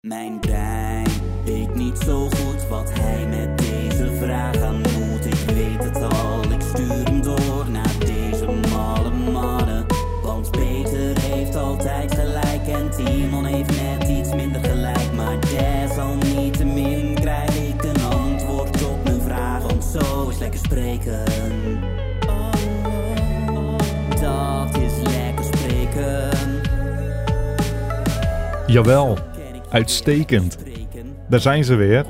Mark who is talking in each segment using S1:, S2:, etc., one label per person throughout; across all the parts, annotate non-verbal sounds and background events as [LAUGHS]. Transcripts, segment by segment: S1: Mijn brein weet niet zo goed wat hij met deze vraag aan moet. Ik weet het al, ik stuur hem door naar deze malle mannen. Want Peter heeft altijd gelijk en Timon heeft net iets minder gelijk. Maar desalniettemin krijg ik een antwoord op mijn vraag. Want zo is lekker spreken. Dat is lekker spreken.
S2: Jawel, uitstekend.
S1: Spreken.
S2: Daar zijn ze weer.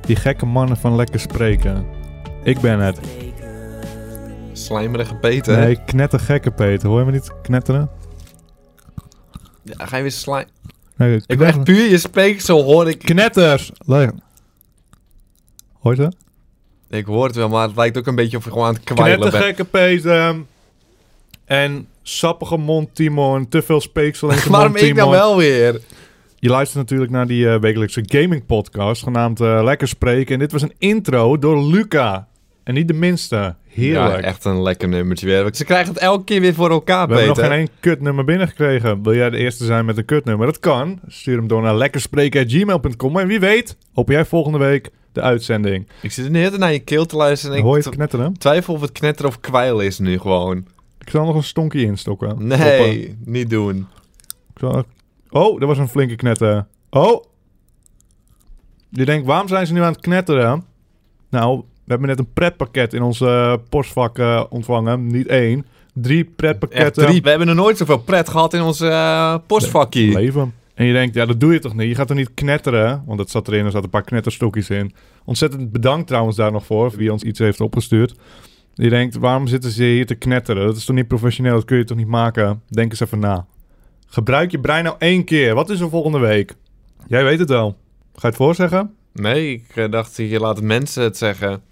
S2: Die gekke mannen van Lekker Spreken. Ik ben het.
S3: Slijmerige Peter.
S2: Nee, knettergekke Peter. Hoor je me niet knetteren?
S3: Ja, ga je weer slijm...
S2: Nee,
S3: Ik ben echt
S2: knetter-
S3: puur je speeksel, hoor ik.
S2: Knetters! Le- Hoor je ze?
S3: Ik hoor het wel, maar het lijkt ook een beetje of je gewoon aan het kwijlen bent.
S2: Knettergekke Peter. En sappige mond Timon. Te veel speeksel in
S3: [LAUGHS]
S2: zijn
S3: [LAUGHS] Waarom
S2: mond
S3: ik
S2: Timon.
S3: nou wel weer?
S2: Je luistert natuurlijk naar die eh, wekelijkse gaming podcast genaamd eh, Lekker Spreken. En dit was een intro door Luca. En niet de minste. Heerlijk.
S3: Ja, echt een lekker nummertje weer. Ze krijgen het elke keer weer voor elkaar,
S2: We hebben
S3: Peter.
S2: nog geen één kutnummer binnengekregen. Wil jij de eerste zijn met een kutnummer? Dat kan. Stuur hem door naar lekkerspreken.gmail.com. En wie weet, hoop jij volgende week de uitzending.
S3: Ik zit nu heel naar je keel te luisteren en ik
S2: Hoor je
S3: tw-
S2: het knetteren?
S3: twijfel of het knetteren of kwijlen is nu gewoon.
S2: Ik zal nog een stonkie instokken.
S3: Nee, niet doen.
S2: Ik zal- Oh, dat was een flinke knetter. Oh! Je denkt, waarom zijn ze nu aan het knetteren? Nou, we hebben net een pretpakket in ons eh, postvak eh, ontvangen. Niet één. Drie
S3: Echt
S2: pretpakketten.
S3: drie. We hebben nog nooit zoveel pret gehad in ons eh, postvakkie.
S2: leven. En je denkt, ja, dat doe je toch niet? Je gaat er niet knetteren. Want dat zat erin, er zaten een paar knetterstokjes in. Ontzettend bedankt trouwens daar nog voor, wie ons iets heeft opgestuurd. Je denkt, waarom zitten ze hier te knetteren? Dat is toch niet professioneel, dat kun je toch niet maken? Denk eens even na. Gebruik je brein nou één keer. Wat is er volgende week? Jij weet het wel. Ga je het voorzeggen?
S3: Nee, ik eh, dacht, je laat mensen het zeggen.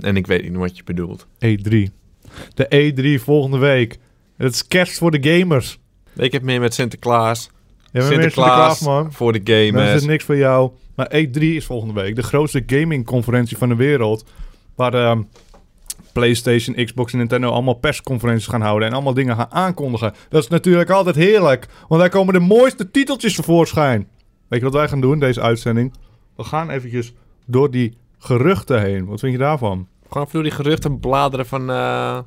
S3: En ik weet niet wat je bedoelt.
S2: E3. E De E3 volgende week. Het is kerst voor de gamers.
S3: Ik heb meer met Sinterklaas.
S2: Jij bent weer
S3: Sinterklaas,
S2: man.
S3: voor de
S2: Dan is
S3: gamers.
S2: het niks voor jou. Maar E3 is volgende week. De grootste gamingconferentie van de wereld. Waar ehm, PlayStation, Xbox en Nintendo allemaal persconferenties gaan houden. En allemaal dingen gaan aankondigen. Dat is natuurlijk altijd heerlijk. Want daar komen de mooiste titeltjes tevoorschijn. Weet je wat wij gaan doen, deze uitzending? We gaan eventjes door die geruchten heen. Wat vind je daarvan?
S3: Gewoon door die geruchten bladeren van eh,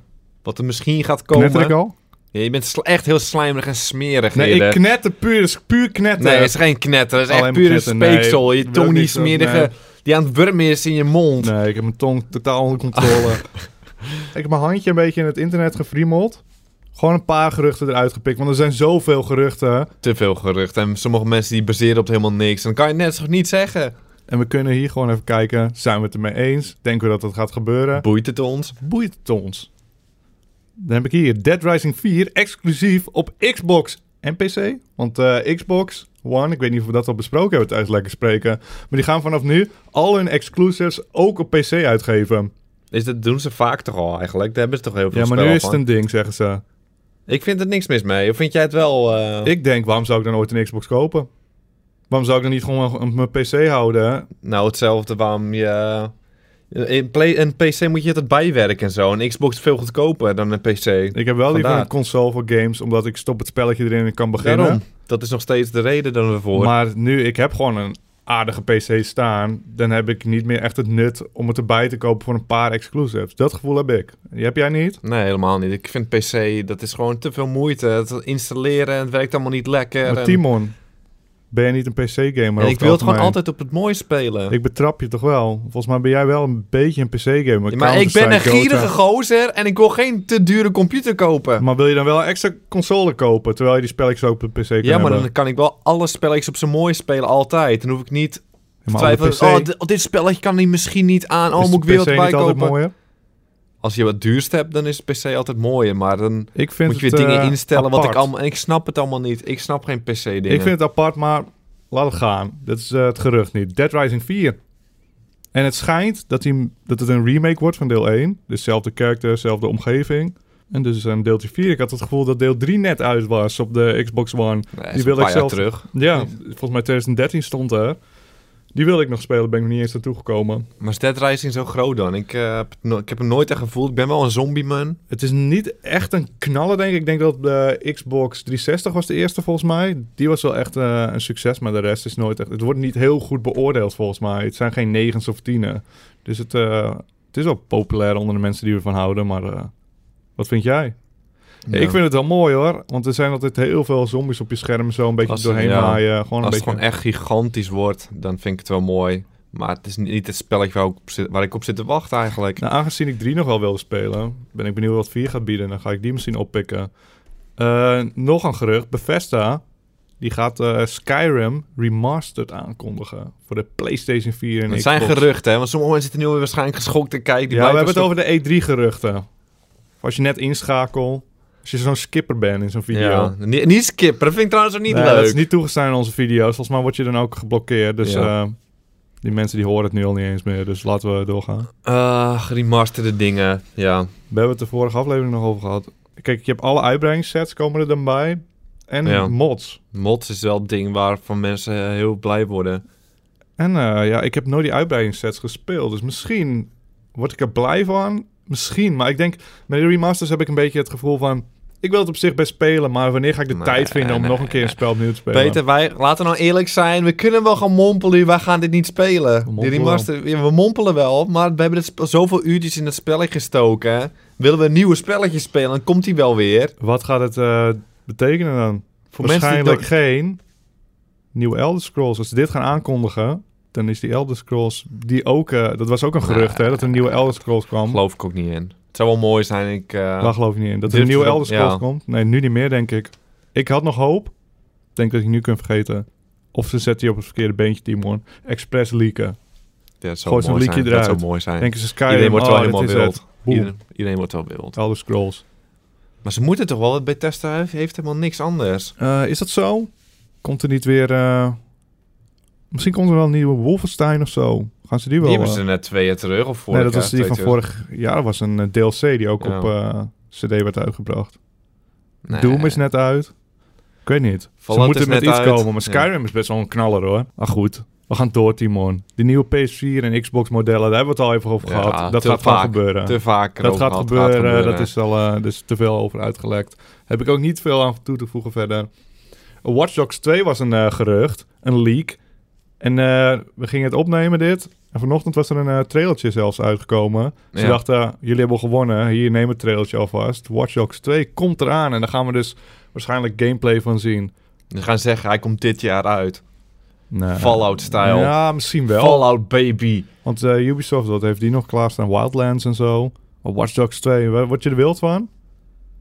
S3: wat er misschien gaat komen.
S2: Knetter ik al?
S3: Ja, je bent sl- echt heel slijmerig en smerig.
S2: Nee,
S3: Ede.
S2: ik knetter puur. Het is puur knetter.
S3: Nee, het is geen knetter. Het is
S2: Alleen
S3: echt puur een
S2: knetter, nee.
S3: speeksel.
S2: Ik
S3: je
S2: wil
S3: tong
S2: ook
S3: die
S2: niks dat-
S3: smerige...
S2: nee.
S3: Die aan het wurmen is in je mond.
S2: Nee, ik heb mijn tong totaal onder controle. ik heb mijn handje een beetje in het internet gefriemeld. Gewoon een paar geruchten eruit gepikt. Want er zijn zoveel geruchten.
S3: Te veel gerucht. En sommige mensen die baseren op helemaal niks. En dan kan je het net zo niet zeggen.
S2: En we kunnen hier gewoon even kijken. Zijn we het ermee eens? Denken we dat dat gaat gebeuren?
S3: Boeit het ons?
S2: Boeit het ons? Dan heb ik hier Dead Rising 4 exclusief op Xbox en PC. Want eh, Xbox One, ik weet niet of we dat al besproken hebben tijdens Lekker Spreken. Maar die gaan vanaf nu al hun exclusives ook op PC uitgeven.
S3: Is dat doen ze vaak toch al eigenlijk? Daar hebben ze toch heel veel
S2: Ja, maar
S3: spel
S2: nu is het
S3: van.
S2: een ding, zeggen ze.
S3: Ik vind er niks mis mee. Of vind jij het wel... eh,
S2: Ik denk, waarom zou ik dan ooit een Xbox kopen? Waarom zou ik dan niet gewoon op mijn PC houden? hè?
S3: Nou, hetzelfde waarom je... eh, In play, een PC moet je het bijwerken en zo. Een Xbox is veel goedkoper dan een PC.
S2: Ik heb wel liever
S3: Vandaar.
S2: een console voor games, omdat ik stop het spelletje erin en kan beginnen.
S3: Daarom. Dat is nog steeds de reden dan ervoor.
S2: Maar nu, ik heb gewoon een aardige PC staan. Dan heb ik niet meer echt het nut om het erbij te kopen voor een paar exclusives. Dat gevoel heb ik. Die heb jij niet?
S3: Nee, helemaal niet. Ik vind PC, dat is gewoon te veel moeite. Het installeren, het werkt allemaal niet lekker.
S2: Maar
S3: en-
S2: Timon, ben je niet een PC-gamer?
S3: en ik wil het gewoon altijd op het mooie spelen.
S2: Ik betrap je toch wel? Volgens mij ben jij wel een beetje een PC-gamer.
S3: Ja, maar ik ben een
S2: Counter-Strike, Dota.
S3: gierige gozer en ik wil geen te dure computer kopen.
S2: Maar wil je dan wel een extra console kopen, terwijl je die spelletjes ook op de PC kan
S3: ja, maar
S2: hebben?
S3: dan kan ik wel alle spelletjes op zijn mooi spelen altijd. Dan hoef ik niet te
S2: Maar op de
S3: twijfelen.
S2: PC
S3: Oh, di- oh, dit spelletje kan hij misschien niet aan. Oh,
S2: is
S3: moet
S2: de
S3: ik weer
S2: PC
S3: wat
S2: niet
S3: bij
S2: altijd
S3: kopen.
S2: mooier?
S3: Als je wat duurst hebt, dan is de PC altijd mooier. Maar dan
S2: Ik vind
S3: moet je weer
S2: het,
S3: dingen
S2: eh,
S3: instellen. Wat ik,
S2: apart.
S3: allemaal, ik snap het allemaal niet. Ik snap geen PC-dingen.
S2: Ik vind het apart, maar laat het gaan. Dat is eh, het gerucht niet. Dead Rising 4. En het schijnt dat, die, dat het een remake wordt van deel 1. Dus zelfde character, zelfde omgeving. En dus een deeltje 4. Ik had het gevoel dat deel 3 net uit was op de Xbox One.
S3: Nee,
S2: die
S3: is
S2: wil
S3: een
S2: ik
S3: paar jaar
S2: zelf-
S3: terug.
S2: Ja, volgens mij 2013 stond er. Die wilde ik nog spelen, ben ik nog niet eens naartoe gekomen.
S3: Maar is Dead Rising zo groot dan? Ik, eh, heb het no- ik heb hem nooit echt gevoeld. Ik ben wel een zombie man.
S2: Het is niet echt een knaller, denk ik. Ik denk dat de Xbox 360 was de eerste, volgens mij. Die was wel echt eh, een succes, maar de rest is nooit echt... Het wordt niet heel goed beoordeeld, volgens mij. Het zijn geen negens of tienen. Dus het, eh, het is wel populair onder de mensen die ervan houden, maar... eh, wat vind jij? Ja, Ik vind het wel mooi hoor, want er zijn altijd heel veel zombies op je scherm zo een beetje
S3: Als-
S2: doorheen
S3: ja.
S2: waaien. Gewoon een
S3: Als het
S2: beetje.
S3: gewoon echt gigantisch wordt, dan vind ik het wel mooi. Maar het is niet het spelletje waar ik op zit, waar ik op zit te wachten eigenlijk.
S2: Nou, aangezien ik 3 nog wel wilde spelen, ben ik benieuwd wat 4 gaat bieden. Dan ga ik die misschien oppikken. Eh, nog een gerucht, Bethesda, die gaat eh, Skyrim Remastered aankondigen voor de PlayStation 4 en
S3: het
S2: Xbox.
S3: zijn geruchten, hè? Want sommige mensen zitten nu waarschijnlijk geschokt te kijken. Die
S2: Ja, we
S3: blijven
S2: hebben het over de E3-geruchten. Als je net inschakelt, als je zo'n skipper bent in zo'n
S3: stuk-
S2: video.
S3: Ja. Niet, niet skippen, dat vind ik trouwens ook niet
S2: Nee,
S3: leuk.
S2: Dat is niet toegestaan in onze video's. Volgens mij word je dan ook geblokkeerd. Dus
S3: Ja.
S2: eh, die mensen die horen het nu al niet eens meer. Dus laten we doorgaan.
S3: Ah, geremasterde dingen, ja.
S2: We hebben het de vorige aflevering nog over gehad. Kijk, je hebt alle uitbreidingssets komen er dan bij. En
S3: Ja.
S2: mods.
S3: Mods is wel het ding waarvan mensen eh, heel blij worden.
S2: En eh, ja, ik heb nooit die uitbreidingssets gespeeld. Dus misschien word ik er blij van. Misschien. Maar ik denk, met de remasters heb ik een beetje het gevoel van... Ik wil het op zich best spelen, maar wanneer ga ik de
S3: Nee,
S2: tijd vinden om
S3: nee.
S2: nog een keer een spel opnieuw te spelen?
S3: Peter, wij, laten we nou eerlijk zijn. We kunnen wel gaan mompelen, wij gaan dit niet spelen.
S2: We
S3: Die
S2: mompelen
S3: remaster, ja, we mompelen wel, maar we hebben dit sp- zoveel uurtjes in het spelletje gestoken. hè. Willen we een nieuwe spelletje spelen, dan komt die wel weer.
S2: Wat gaat het eh, betekenen dan?
S3: Voor mensen die
S2: Waarschijnlijk
S3: dat-
S2: geen nieuwe Elder Scrolls. Als ze dit gaan aankondigen, dan is die Elder Scrolls die ook... eh, dat was ook een gerucht, hè? Dat er een nieuwe Elder Scrolls kwam.
S3: Geloof ik ook niet in. Het zou wel mooi zijn. Ik, eh,
S2: Daar geloof ik niet in. Dat er een
S3: Durf
S2: nieuwe
S3: erop,
S2: Elder Scrolls
S3: ja.
S2: komt? Nee, nu niet meer, denk ik. Ik had nog hoop. Ik denk dat ik nu kan vergeten. Of ze zetten die op het verkeerde beentje, Timon. Express leaken.
S3: dat zou
S2: gooi zo'n
S3: mooi
S2: liedje
S3: zijn. Dat
S2: eruit.
S3: zou mooi zijn.
S2: Denken ze Skyrim,
S3: Iedereen wordt wel
S2: oh, dit
S3: helemaal
S2: is
S3: wild.
S2: het. Boom.
S3: Iedereen, iedereen wordt wel wild.
S2: Elder Scrolls.
S3: Maar ze moeten toch wel, want Bethesda heeft, heeft helemaal niks anders.
S2: Eh, is dat zo? Komt er niet weer... eh, Misschien komt er wel een nieuwe Wolfenstein of zo. Gaan ze die wel...
S3: die hebben
S2: eh,
S3: ze net twee jaar terug of vorig
S2: nee, dat was
S3: jaar,
S2: die van
S3: twee jaar
S2: vorig jaar. was een eh, DLC die ook
S3: Ja.
S2: op eh, CD werd uitgebracht.
S3: terug. Nee.
S2: Doom is net uit. Ik weet niet. Ze
S3: Fallout
S2: moeten
S3: is
S2: met
S3: net
S2: iets
S3: uit.
S2: komen. Maar
S3: Ja.
S2: Skyrim is best wel een knaller hoor. Maar goed, we gaan door Timon. De nieuwe PS4 en Xbox modellen, daar hebben we het al even over
S3: Ja,
S2: gehad. Dat
S3: te
S2: gaat gewoon
S3: vaak.
S2: gebeuren.
S3: Te vaak.
S2: dat
S3: erover
S2: gaat
S3: gehad,
S2: gebeuren, dat is al eh, dus te veel over uitgelekt. Heb ik ook niet veel aan toe te voegen verder. Watch Dogs 2 was een eh, gerucht, een leak. En eh, we gingen het opnemen dit. En vanochtend was er een eh, trailertje zelfs uitgekomen. Ze
S3: Ja.
S2: dachten, jullie hebben gewonnen, hier neem het trailertje alvast. Watch Dogs 2 komt eraan en daar gaan we dus waarschijnlijk gameplay van zien.
S3: Ze gaan zeggen, hij komt dit jaar uit.
S2: Nee.
S3: Fallout-stijl.
S2: Ja, misschien wel.
S3: Fallout Baby.
S2: Want eh, Ubisoft, wat heeft die nog klaarstaan? Wildlands en zo. Maar Watch Dogs 2, wa- word je er wild van?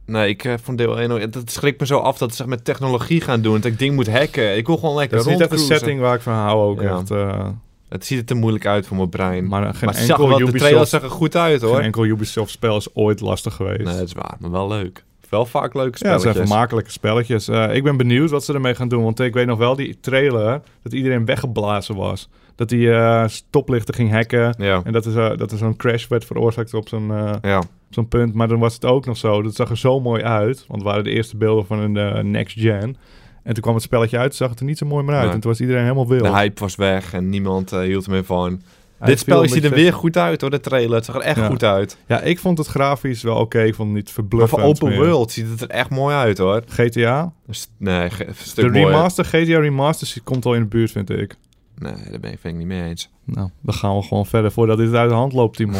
S3: Nee, ik eh, vond deel 1... ook- Dat schrikt me zo af dat ze echt met technologie gaan doen. Dat ik ding moet hacken. Ik wil gewoon lekker
S2: Dat is niet echt een
S3: rondcruisen.
S2: setting waar ik van hou ook
S3: Ja.
S2: echt. eh,
S3: Het ziet er te moeilijk uit voor mijn brein. Maar,
S2: maar eh, geen,
S3: het zag er
S2: enkel
S3: wel, de trailer
S2: Ubisoft,
S3: zag er goed uit,
S2: geen
S3: hoor.
S2: enkel Ubisoft spel is ooit lastig geweest.
S3: Nee, dat is waar. Maar wel leuk. Wel vaak leuke
S2: ja, het
S3: spelletjes.
S2: zijn vermakelijke spelletjes. Eh, ik ben benieuwd wat ze ermee gaan doen. Want ik weet nog wel die trailer dat iedereen weggeblazen was. Dat die eh, stoplichten ging hacken.
S3: Ja.
S2: En dat er, zo- dat er zo'n crash werd veroorzaakt op zo'n eh,
S3: Ja.
S2: op zo'n punt. Maar dan was het ook nog zo. Dat zag er zo mooi uit. Want het waren de eerste beelden van een eh, next gen. En toen kwam het spelletje uit. Zag het er niet zo mooi meer uit.
S3: Nee.
S2: En toen was iedereen helemaal wild.
S3: De hype was weg en niemand eh, hield ermee van.
S2: Hij
S3: Dit
S2: viel
S3: spel
S2: een
S3: ziet er
S2: beetje-
S3: weer goed uit hoor, de trailer. Het zag er echt
S2: Ja.
S3: goed uit.
S2: Ja, ik vond het grafisch wel oké. Ik vond het niet
S3: Maar
S2: verbluffend
S3: voor open
S2: meer.
S3: world ziet het er echt mooi uit hoor.
S2: GTA?
S3: Een st- Nee, ge- een
S2: De
S3: stuk mooier.
S2: remaster, GTA remaster zie- komt al in de buurt, vind ik.
S3: Nee, daar ben ik, ben ik niet mee eens.
S2: Nou, dan gaan we gewoon verder voordat dit uit de hand loopt,
S3: [LAUGHS]
S2: Timon.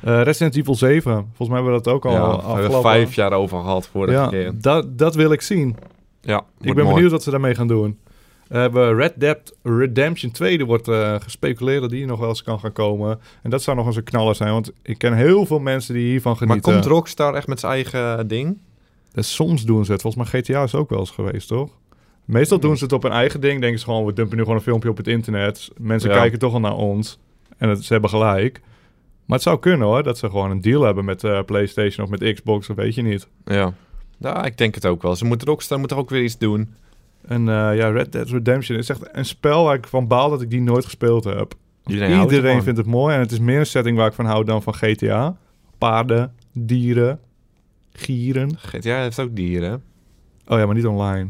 S2: Eh, Resident Evil 7. Volgens mij hebben we dat ook al
S3: ja, we
S2: afgelopen.
S3: hebben er vijf jaar over gehad vorige
S2: ja,
S3: keer.
S2: dat, dat wil ik zien.
S3: Ja,
S2: ik ben benieuwd wat ze daarmee gaan doen. Eh, We hebben Red Dead Redemption 2. Er wordt eh, gespeculeerd dat die nog wel eens kan gaan komen. En dat zou nog eens een knaller zijn. Want ik ken heel veel mensen die hiervan
S3: Maar
S2: genieten.
S3: komt Rockstar echt met zijn eigen ding?
S2: En soms doen ze het. Volgens mij GTA is ook wel eens geweest, toch? Meestal
S3: Hmm.
S2: doen ze het op hun eigen ding. Denken ze gewoon, we dumpen nu gewoon een filmpje op het internet. Mensen
S3: Ja.
S2: kijken toch al naar ons. En het, ze hebben gelijk. Maar het zou kunnen hoor, dat ze gewoon een deal hebben met eh, PlayStation of met Xbox, of weet je niet.
S3: Ja. Ja, ik denk het ook wel. Ze moeten Rockstar moet toch ook weer iets doen.
S2: En eh, ja, Red Dead Redemption is echt een spel waar ik van baal dat ik die nooit gespeeld heb.
S3: Iedereen, houdt
S2: Iedereen
S3: ervan.
S2: vindt het mooi en het is meer een setting waar ik van hou dan van GTA. Paarden, dieren, gieren.
S3: GTA heeft ook dieren. [LAUGHS]
S2: Oh ja, maar niet online.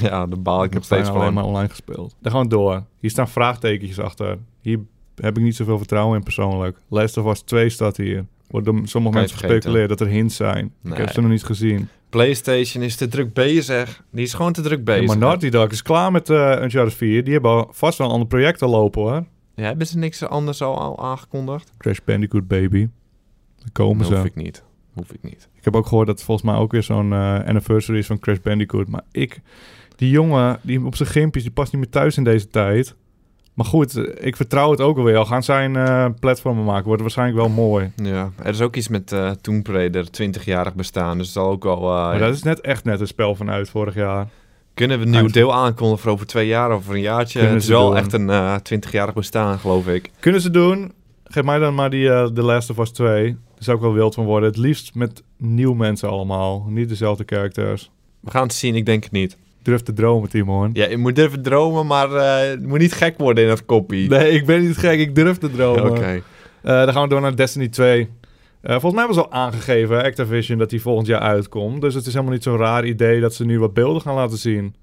S3: Ja, de baal. Ik heb
S2: bijna
S3: steeds van
S2: alleen
S3: hem.
S2: maar online gespeeld. Dan gaan we door. Hier staan vraagtekentjes achter. Hier heb ik niet zoveel vertrouwen in persoonlijk. Last of Us 2 staat hier. Wordt door sommige
S3: je
S2: mensen
S3: vergeten.
S2: gespeculeerd dat er hints zijn. Ik
S3: Nee.
S2: heb ze nog niet gezien.
S3: PlayStation is te druk bezig. Die is gewoon te druk bezig.
S2: Ja, maar Naughty Dog is klaar met eh Uncharted 4. Die hebben al vast wel een ander project al lopen hoor.
S3: Ja, hebben ze niks anders al, al aangekondigd?
S2: Crash Bandicoot Baby. Daar komen
S3: Dat
S2: ze.
S3: hoef
S2: Ik.
S3: ik niet. Hoef ik niet.
S2: heb ook gehoord dat het volgens mij ook weer zo'n eh, anniversary is van Crash Bandicoot. Maar ik, die jongen die op zijn gimpjes, die past niet meer thuis in deze tijd. Maar goed, eh, ik vertrouw het ook alweer. Al gaan zijn eh, platformen maken, wordt het waarschijnlijk wel mooi.
S3: Ja, er is ook iets met eh Tomb Raider, 20-jarig bestaan. Dus het zal ook al... eh,
S2: Maar dat is net echt net een spel vanuit vorig jaar.
S3: Kunnen we een nieuw deel aankondigen voor over twee jaar of voor een jaartje?
S2: Kunnen
S3: het is
S2: ze
S3: wel
S2: doen.
S3: echt een eh 20-jarig bestaan, geloof ik.
S2: Kunnen ze doen? Geef mij dan maar die eh, The Last of Us 2. Daar zou ik wel wild van worden. Het liefst met nieuw mensen allemaal. Niet dezelfde characters.
S3: We gaan het zien, ik denk het niet.
S2: Durf te dromen, Timon.
S3: Ja, je moet even dromen, maar eh, het moet niet gek worden in dat koppie.
S2: Nee, ik ben niet gek. Ik durf te dromen.
S3: Oké.
S2: Eh, dan gaan we door naar Destiny 2. Eh, volgens mij was al aangegeven, hè, Activision, dat die volgend jaar uitkomt. Dus het is helemaal niet zo'n raar idee dat ze nu wat beelden gaan laten zien.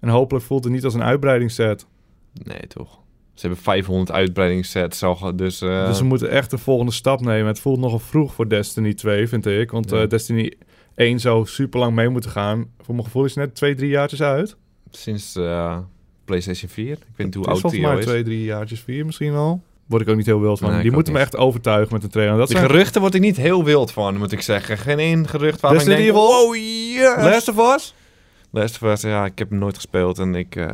S2: En hopelijk voelt het niet als een uitbreidingsset.
S3: Nee, toch. Ze hebben 500 uitbreidingssets, al, dus... eh,
S2: Dus we moeten echt de volgende stap nemen. Het voelt nogal vroeg voor Destiny 2, vind ik. Want
S3: Ja.
S2: eh, Destiny 1 zou super lang mee moeten gaan. Voor mijn gevoel is het net 2, 3 jaartjes uit.
S3: Sinds eh, PlayStation 4. Ik weet niet hoe
S2: Het is volgens
S3: oud die al
S2: mij
S3: is.
S2: twee, drie jaartjes, vier misschien al. Word ik ook niet heel wild van.
S3: Nee, ik
S2: die
S3: ook
S2: moeten me
S3: niet.
S2: echt overtuigen met een trailer. Dat
S3: De
S2: zijn
S3: geruchten word ik niet heel wild van, moet ik zeggen. Geen één gerucht waarvan ik
S2: Resident
S3: denk...
S2: Evil?
S3: Oh, yes!
S2: Last of Us?
S3: Last of Us, ja, ik heb hem nooit gespeeld en ik... eh,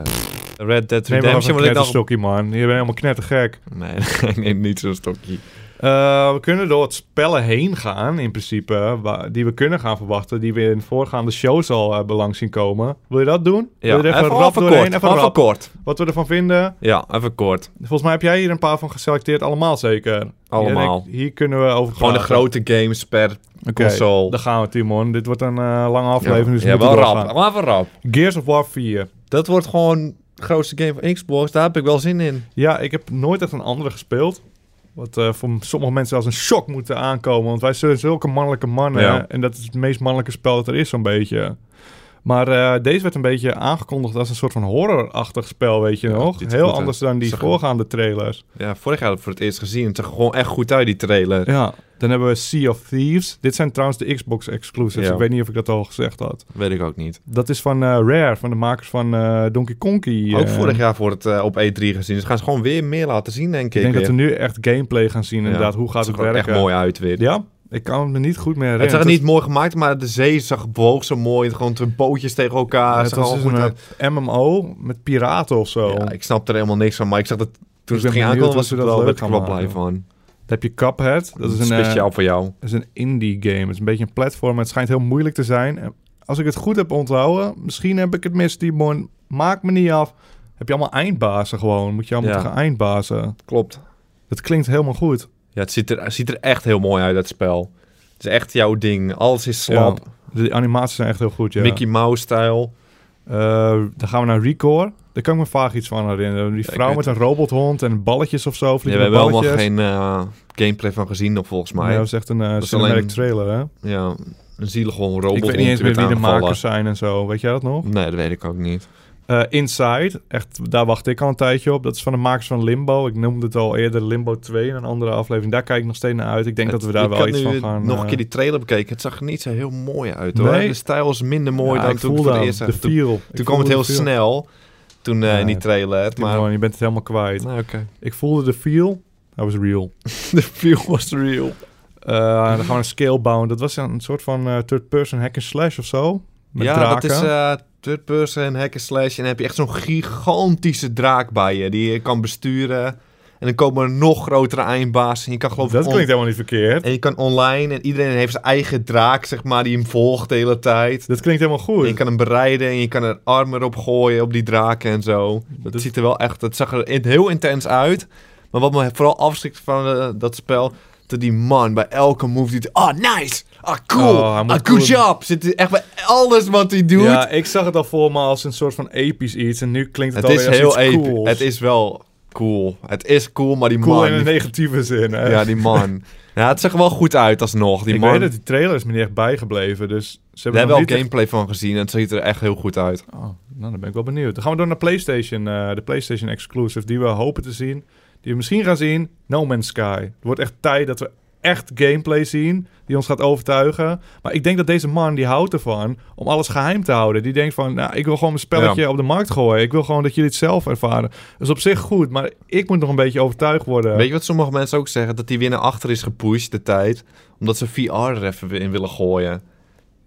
S3: Red Dead
S2: Neem maar even
S3: Redemption
S2: een
S3: wil ik nog...
S2: knetterstokje, man. Je bent helemaal knettergek.
S3: Nee, [LAUGHS] ik neem niet zo'n stokje.
S2: Eh, we kunnen door het spellen heen gaan, in principe. wa- Die we kunnen gaan verwachten. Die we in voorgaande shows al hebben langs zien komen. Wil je dat doen?
S3: Ja,
S2: Wil je er even,
S3: even, even
S2: rap
S3: kort,
S2: doorheen? Even
S3: even
S2: rap.
S3: kort.
S2: Wat we ervan vinden.
S3: Ja, even kort.
S2: Volgens mij heb jij hier een paar van geselecteerd. Allemaal zeker.
S3: Allemaal.
S2: Hier, hier kunnen we over
S3: Gewoon de
S2: praten.
S3: grote games per
S2: Oké,
S3: console.
S2: Daar gaan we, Timon. Dit wordt een eh, lange aflevering. dus we
S3: ja,
S2: moeten
S3: wel
S2: doorgaan.
S3: rap. Maar even rap.
S2: Gears of War 4.
S3: Dat wordt gewoon de grootste game van Xbox. Daar heb ik wel zin in.
S2: Ja, ik heb nooit echt een andere gespeeld. Wat eh, voor sommige mensen als een shock moeten aankomen. Want wij zijn zulke mannelijke mannen.
S3: Ja.
S2: En dat is het meest mannelijke spel dat er is, zo'n beetje. Maar eh, deze werd een beetje aangekondigd als een soort van horrorachtig spel, weet je
S3: Ja,
S2: nog?
S3: dit is
S2: Heel
S3: goed, hè?
S2: anders dan die
S3: Zag-
S2: voorgaande trailers.
S3: Ja, vorig jaar had ik voor het eerst gezien. Het zag er gewoon echt goed uit, die trailer.
S2: Ja. Dan hebben we Sea of Thieves. Dit zijn trouwens de Xbox exclusives.
S3: Ja.
S2: Ik weet niet of ik dat al gezegd had.
S3: Weet ik ook niet.
S2: Dat is van eh, Rare, van de makers van eh, Donkey Kong.
S3: Ook vorig jaar voor het eh, op E3 gezien. Dus gaan ze gewoon weer meer laten zien, denk ik.
S2: Ik denk dat
S3: weer.
S2: we nu echt gameplay gaan zien,
S3: Ja.
S2: inderdaad. Hoe gaat
S3: Het
S2: het
S3: zag er ook
S2: werken?
S3: echt mooi uit weer.
S2: Ja, ik kan het me niet goed meer herinneren.
S3: Het zag er
S2: Het
S3: niet mooi gemaakt, maar de zee zag boog zo mooi. Gewoon twee bootjes tegen
S2: was-
S3: elkaar.
S2: het
S3: Zag er
S2: was
S3: wel
S2: dus
S3: goed uit.
S2: een eh, MMO met piraten of zo.
S3: Ja, ik snap er helemaal niks van, maar ik zag dat toen
S2: Ik ben
S3: het ging
S2: benieuwd
S3: aankomen,
S2: hoe
S3: was
S2: ze
S3: ik
S2: dat
S3: wel,
S2: leuk
S3: werd ik er wel
S2: gaan
S3: blij
S2: maken.
S3: van.
S2: Dan heb je Cuphead. Dat is een, eh,
S3: speciaal voor jou.
S2: dat is een indie game. Het is een beetje een platform. Het schijnt heel moeilijk te zijn. En Als ik het goed heb onthouden, misschien heb ik het mis, Timon. Maak me niet af. Heb je allemaal eindbazen gewoon. Moet je allemaal
S3: Ja.
S2: gaan eindbazen.
S3: Klopt.
S2: Dat klinkt helemaal goed.
S3: Ja, het ziet er, het ziet er echt heel mooi uit, dat spel. Het is echt jouw ding. Alles is slap.
S2: De animaties zijn echt heel goed, ja.
S3: Mickey Mouse-stijl.
S2: Eh, dan gaan we naar Recore. Daar kan ik me vaag iets van herinneren. Die
S3: Ja, ik
S2: vrouw
S3: weet
S2: met een robothond en balletjes of zo.
S3: Ja, we
S2: vliegende
S3: hebben allemaal
S2: balletjes.
S3: geen eh, gameplay van gezien nog, volgens mij.
S2: Nee,
S3: Ja,
S2: dat is echt een eh
S3: is
S2: cinematic
S3: alleen-
S2: trailer, hè?
S3: een zielige robot.
S2: Ik weet niet eens meer wie de makers zijn en zo. Weet jij dat nog?
S3: Nee, dat weet ik ook niet.
S2: Eh, Inside, echt, daar wacht ik al een tijdje op. Dat is van de makers van Limbo. Ik noemde het al eerder Limbo 2 in een andere aflevering. Daar kijk ik nog steeds naar uit. Ik denk dat we daar
S3: Ik
S2: wel
S3: had
S2: iets
S3: nu
S2: van gaan...
S3: nog
S2: eh,
S3: een keer die trailer bekeken. Het zag er niet zo heel mooi uit, hoor.
S2: Nee.
S3: De stijl is minder mooi
S2: Ja,
S3: dan
S2: ik
S3: toen ik
S2: voelde
S3: voor het
S2: hem.
S3: eerst zag.
S2: de
S3: Toen,
S2: feel. Ik
S3: toen kwam
S2: voelde
S3: het heel
S2: de feel.
S3: snel, toen eh, in die
S2: Ja,
S3: trailer. Maar...
S2: Timon, je bent het helemaal kwijt.
S3: Nou, oké.
S2: Ik voelde de feel. Dat was real.
S3: [LAUGHS] De feel was real.
S2: Eh, dan gaan we naar Scalebound. Dat was een soort van eh, third-person hack-and-slash of zo. Met
S3: ja,
S2: draken.
S3: dat is eh third person, hack and slash. En dan heb je echt zo'n gigantische draak bij je die je kan besturen. En dan komen er nog grotere eindbaas. En je kan geloof ik
S2: dat
S3: on-
S2: klinkt helemaal niet verkeerd.
S3: En je kan online en iedereen heeft zijn eigen draak, zeg maar, die hem volgt de hele tijd.
S2: Dat klinkt helemaal goed.
S3: En je kan hem bereiden en je kan er armen op gooien op die draken en zo. Dat
S2: Dus-
S3: ziet er wel echt, dat zag er in- heel intens uit. Maar wat me vooral afschrikt van eh, dat spel, dat die man bij elke move die... Ah, nice! Ah, cool!
S2: Oh, hij
S3: ah,
S2: moet
S3: good
S2: cool-
S3: job! Zit er echt bij alles wat hij doet.
S2: Ja, ik zag het al voor me als een soort van episch iets. En nu klinkt het,
S3: Het is
S2: alweer
S3: heel
S2: als iets
S3: episch.
S2: cools.
S3: Het is wel cool. Het is cool, maar die
S2: cool
S3: man...
S2: in een
S3: die-
S2: negatieve zin. Hè?
S3: ja, die man. ja, het zag er wel goed uit alsnog. Die
S2: ik
S3: man.
S2: weet dat die trailer is me niet echt bijgebleven. Dus ze
S3: we
S2: hebben
S3: hebben
S2: nog
S3: al
S2: niet echt-
S3: gameplay van gezien en het ziet er echt heel goed uit.
S2: Oh, Nou, dan ben ik wel benieuwd. Dan gaan we door naar PlayStation. eh, de PlayStation Exclusive die we hopen te zien. Die we misschien gaan zien. No Man's Sky. Het wordt echt tijd dat we echt gameplay zien. Die ons gaat overtuigen. Maar ik denk dat deze man, die houdt ervan om alles geheim te houden. Die denkt van, nou, ik wil gewoon een spelletje op de markt gooien. Ik wil gewoon dat jullie het zelf ervaren. Dat is op zich goed, maar ik moet nog een beetje overtuigd worden.
S3: Weet je wat sommige mensen ook zeggen? Dat die weer naar achter is gepusht, de tijd. Omdat ze VR er even in willen gooien.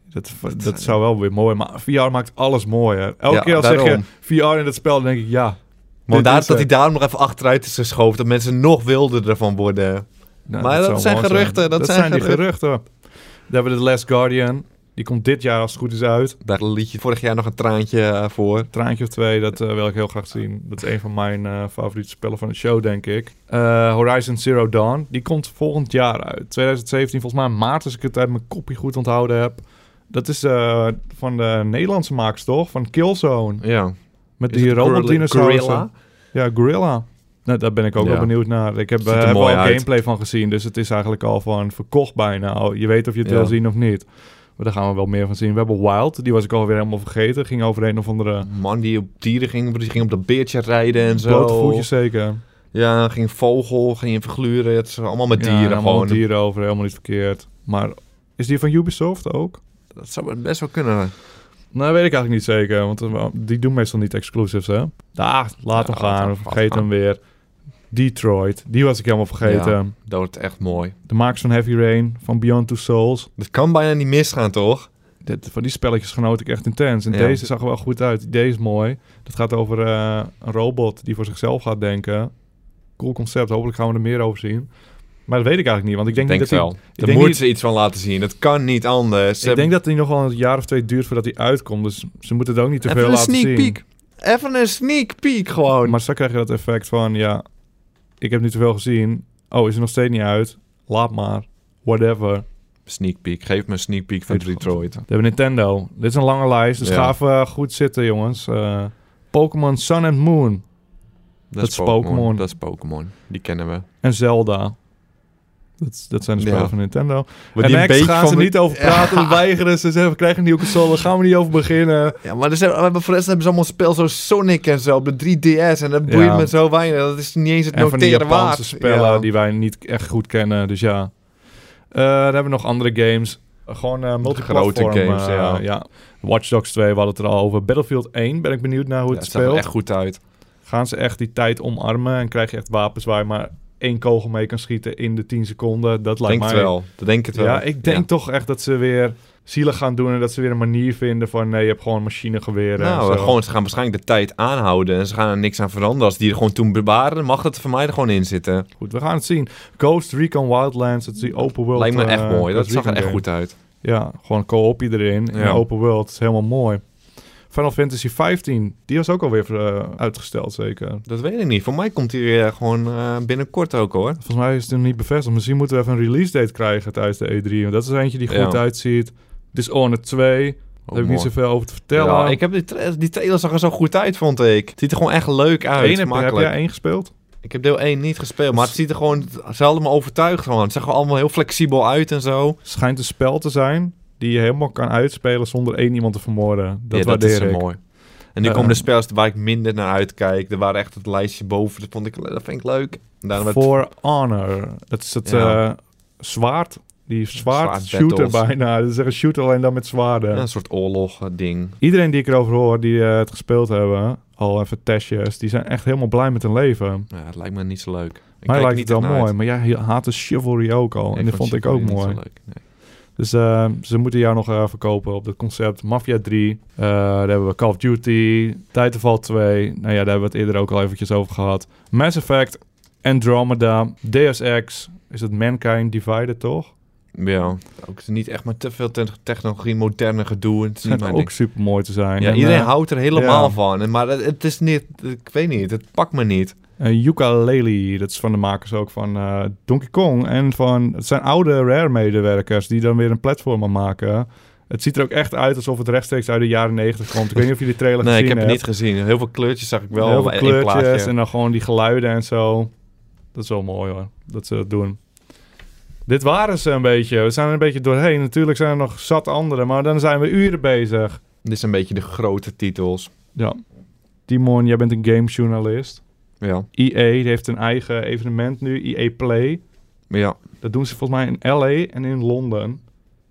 S2: Dat, dat zou wel weer mooi, maar VR maakt alles mooier. Elke
S3: Ja,
S2: keer als
S3: daarom.
S2: zeg je VR in dat spel, dan denk ik ja.
S3: Maar
S2: dit
S3: daar,
S2: is eh,
S3: dat hij
S2: het.
S3: daarom nog even achteruit is geschoven. Dat mensen nog wilder ervan worden.
S2: Nou,
S3: Maar dat
S2: zou
S3: zijn
S2: mooi
S3: geruchten, dat zijn
S2: zijn die geruchten. Dan hebben we The Last Guardian. Die komt dit jaar als het goed is uit.
S3: Daar liet je vorig jaar nog een traantje eh, voor.
S2: Traantje of twee, dat eh, wil ik heel graag zien. Dat is een van mijn eh, favoriete spellen van de show, denk ik. Eh, Horizon Zero Dawn, die komt volgend jaar uit. 2017, volgens mij in maart, als ik het uit mijn kopje goed onthouden heb. Dat is eh, van de Nederlandse makers, toch? Van Killzone.
S3: Ja.
S2: Met
S3: Is
S2: die
S3: het
S2: robotdinosaurussen.
S3: Gorilla?
S2: Ja, Gorilla. Nou, daar ben ik ook
S3: Ja.
S2: wel benieuwd naar. Ik heb
S3: Ziet er
S2: eh, heb
S3: mooi
S2: wel
S3: uit.
S2: gameplay van gezien, dus het is eigenlijk al van verkocht bijna. Al- Je weet of je het
S3: Ja.
S2: wil zien of niet. Maar daar gaan we wel meer van zien. We hebben Wild, die was ik alweer helemaal vergeten. Ging over een of andere
S3: Man die op dieren ging, die ging op dat beertje rijden en zo.
S2: blote voetjes zeker.
S3: Ja, ging vogel, ging in figuren. Het is allemaal met
S2: Ja,
S3: dieren
S2: en allemaal
S3: gewoon.
S2: dieren over, helemaal niet verkeerd. Maar is die van Ubisoft ook?
S3: Dat zou best wel kunnen.
S2: Nou, weet ik eigenlijk niet zeker, want eh, die doen meestal niet exclusives, hè? Ah, laat hem
S3: Ja, laat
S2: gaan,
S3: hem
S2: vergeet
S3: gaan.
S2: hem weer. Detroit, die was ik helemaal vergeten.
S3: Dat wordt echt mooi.
S2: De makers van Heavy Rain, van Beyond Two Souls.
S3: Dat kan bijna niet misgaan, toch?
S2: Dit, van die spelletjes genoot ik echt intens. En
S3: Ja.
S2: deze zag er wel goed uit. Deze is mooi. Dat gaat over eh, een robot die voor zichzelf gaat denken. Cool concept. Hopelijk gaan we er meer over zien. Maar dat weet ik eigenlijk niet. Want ik denk,
S3: Ik denk
S2: niet
S3: het
S2: dat
S3: wel.
S2: ik
S3: Daar
S2: denk
S3: moeten
S2: niet-
S3: ze iets van laten zien. Dat kan niet anders. Ze
S2: Die, ik denk dat die nog wel een jaar of twee duurt voordat die uitkomt. Dus ze moeten het ook niet te
S3: hebben-
S2: veel
S3: Even
S2: laten
S3: een sneak
S2: zien.
S3: peek. Even een sneak peek gewoon.
S2: Maar straks krijg je dat effect van... Ja, ik heb nu te veel gezien. Oh, is er nog steeds niet uit? Laat maar. Whatever.
S3: Sneak peek. Geef me een sneak peek van
S2: Detroit.
S3: Detroit.
S2: We hebben Nintendo. Dit is een lange lijst, dus
S3: Ja.
S2: ga even eh, goed zitten, jongens. Eh, Pokémon Sun and Moon Dat is Pokémon.
S3: Dat is Pokémon. Die kennen we.
S2: en Zelda. Dat, dat zijn de spellen
S3: Ja.
S2: van Nintendo.
S3: Maar
S2: en
S3: die
S2: next
S3: beek
S2: gaan ze
S3: van-
S2: niet over praten, we weigeren ze. Ze zeggen, we krijgen een nieuwe console, daar gaan we niet over
S3: [LAUGHS]
S2: beginnen.
S3: Ja, maar er zijn, we hebben, voor de rest hebben ze allemaal spel zoals Sonic en zo op de 3DS. En dat boeit
S2: Ja.
S3: me zo weinig. Dat is niet eens het
S2: En van die
S3: noteren
S2: Japanse
S3: waard.
S2: spellen
S3: Ja.
S2: die wij niet echt goed kennen, dus ja. Eh dan hebben we nog andere games. Eh, Gewoon eh multiplatform.
S3: Grote games,
S2: eh,
S3: ja.
S2: Watch Dogs 2, we hadden het er al over. Battlefield 1, ben ik benieuwd naar hoe
S3: Ja,
S2: het
S3: het zag er
S2: speelt.
S3: echt goed uit.
S2: gaan ze echt die tijd omarmen en krijg je echt wapens waar je maar één kogel mee kan schieten in de 10 seconden. Dat lijkt
S3: Denk
S2: mij.
S3: het wel. Dat denk het wel.
S2: Ja, ik denk toch echt dat ze weer zielig gaan doen en dat ze weer een manier vinden van nee, je hebt gewoon machinegeweren. en
S3: Nou,
S2: zo.
S3: gewoon, ze gaan waarschijnlijk de tijd aanhouden en ze gaan er niks aan veranderen. Als die er gewoon toen waren, mag dat er voor mij er gewoon in zitten.
S2: Goed, we gaan het zien. Ghost Recon Wildlands, dat is die open world.
S3: Lijkt me echt
S2: eh,
S3: mooi. Dat
S2: Ghost
S3: zag er
S2: Recon
S3: echt
S2: game.
S3: goed uit.
S2: Ja, gewoon co-opje erin. In
S3: Ja.
S2: open world, is helemaal mooi. Final Fantasy 15, die was ook alweer eh, uitgesteld zeker.
S3: Dat weet ik niet. Voor mij komt die eh, gewoon eh, binnenkort ook hoor.
S2: Volgens mij is het nog niet bevestigd. Misschien moeten we even een release date krijgen tijdens de E3. Want dat is eentje die goed
S3: Ja.
S2: uitziet. Dishonored 2. Daar
S3: Oh,
S2: heb ik
S3: mooi.
S2: niet zoveel over te vertellen.
S3: Ja, ik heb die, tra- die trailer zag er zo goed uit, vond ik. Het ziet er gewoon echt leuk uit.
S2: Eén heb, heb
S3: makkelijk.
S2: jij één gespeeld?
S3: Ik heb deel 1 niet gespeeld, maar het ziet er gewoon... Ze hadden me overtuigd gewoon. Het zag er allemaal heel flexibel uit en zo.
S2: Schijnt een spel te zijn die je helemaal kan uitspelen zonder één iemand te vermoorden. Dat
S3: ja, dat
S2: waardeer
S3: is er
S2: ik.
S3: mooi. En nu
S2: Eh.
S3: komen de spels waar ik minder naar uitkijk. Er waren echt het lijstje boven. Dat, vond ik, dat vind ik leuk. Daarom werd-
S2: For Honor. Dat is het
S3: Ja.
S2: eh, zwaard. Die zwaard,
S3: Zwaard
S2: shooter
S3: battles.
S2: bijna. Dat is echt een shooter alleen dan met zwaarden.
S3: ja, een soort oorlog eh, ding.
S2: Iedereen die ik erover hoor, die eh, het gespeeld hebben, al even testjes, die zijn echt helemaal blij met hun leven.
S3: Ja, het lijkt me niet zo leuk. Ik
S2: Mij
S3: kijk
S2: lijkt
S3: niet
S2: het wel
S3: echt naar
S2: mooi,
S3: uit.
S2: maar jij haatte Chivalry ook al. en die vond ik ook
S3: Chivalry niet
S2: mooi.
S3: zo leuk, nee.
S2: Dus eh, ze moeten jou nog eh, verkopen op dat concept. Mafia 3, eh, daar hebben we Call of Duty, Titanfall 2. Nou ja, daar hebben we het eerder ook al eventjes over gehad. Mass Effect, Andromeda, Deus Ex. Is het Mankind Divided, toch?
S3: Ja, ook niet echt maar te veel te- technologie, moderne gedoe. en Het
S2: [LAUGHS]
S3: is niet
S2: Schijnt
S3: mijn
S2: ook
S3: ding.
S2: super mooi te zijn.
S3: Ja,
S2: En,
S3: iedereen
S2: eh,
S3: houdt er helemaal
S2: ja.
S3: van. En- Maar het, het is niet, ik weet niet, het pakt me niet.
S2: En Yooka-Laylee, dat is van de makers ook van eh, Donkey Kong. En van, het zijn oude Rare-medewerkers die dan weer een platformer maken. Het ziet er ook echt uit alsof het rechtstreeks uit de jaren 90 komt. Ik weet niet of jullie de trailer
S3: Nee, ik
S2: gezien
S3: heb het
S2: hebt.
S3: niet gezien. Heel veel kleurtjes zag ik wel.
S2: Heel
S3: maar
S2: veel
S3: één
S2: kleurtjes
S3: plaatje.
S2: en dan gewoon die geluiden en zo. Dat is wel mooi hoor, dat ze dat doen. Dit waren ze een beetje. We zijn er een beetje doorheen. Natuurlijk zijn er nog zat andere, maar dan zijn we uren bezig.
S3: Dit zijn een beetje de grote titels.
S2: Ja. Timon, jij bent een gamejournalist.
S3: Ja.
S2: EA heeft een eigen evenement nu, EA Play.
S3: Ja.
S2: Dat doen ze volgens mij in LA en in Londen.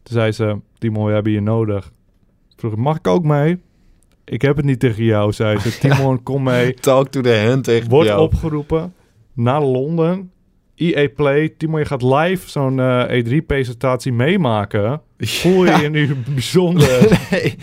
S2: Toen zei ze, Timon, we hebben je nodig. Vroeg ik, mag ik ook mee? Ik heb het niet tegen jou, zei [LAUGHS] ze. Timon, kom mee.
S3: Talk to the hand tegen
S2: Wordt
S3: jou.
S2: [LAUGHS] opgeroepen naar Londen. EA Play, Timon, je gaat live zo'n eh, E3-presentatie meemaken. Voel je je nu [LAUGHS] bijzonder?
S3: Nee.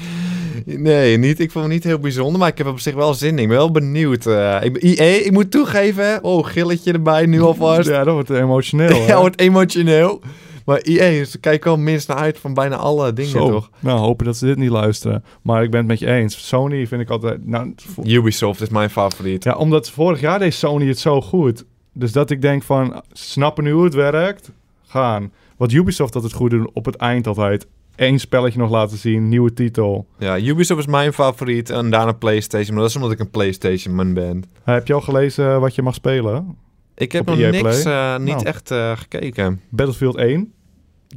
S3: Nee, niet. ik vond het niet heel bijzonder, maar ik heb er op zich wel zin in. Ik ben wel benieuwd. eh ik, IE, ik moet toegeven, oh, gilletje erbij nu alvast.
S2: Ja, dat wordt emotioneel.
S3: [LAUGHS] Ja,
S2: hè?
S3: wordt emotioneel. Maar IE, ze kijken al minst naar uit van bijna alle dingen,
S2: Zo.
S3: toch?
S2: Nou, hopen dat ze dit niet luisteren. Maar ik ben het met je eens. Sony vind ik altijd... Nou, vo-
S3: Ubisoft is mijn favoriet.
S2: ja, omdat vorig jaar deed Sony het zo goed. Dus dat ik denk van, ze snappen nu hoe het werkt? Gaan. Wat Ubisoft altijd goed doen op het eind altijd. Eén spelletje nog laten zien, nieuwe titel.
S3: Ja, Ubisoft is mijn favoriet en daarna PlayStation. Maar dat is omdat ik een PlayStation-man ben.
S2: Eh, heb je al gelezen wat je mag spelen?
S3: Ik heb
S2: Op
S3: nog
S2: EA
S3: niks, eh, niet
S2: Nou.
S3: echt eh, gekeken.
S2: Battlefield 1.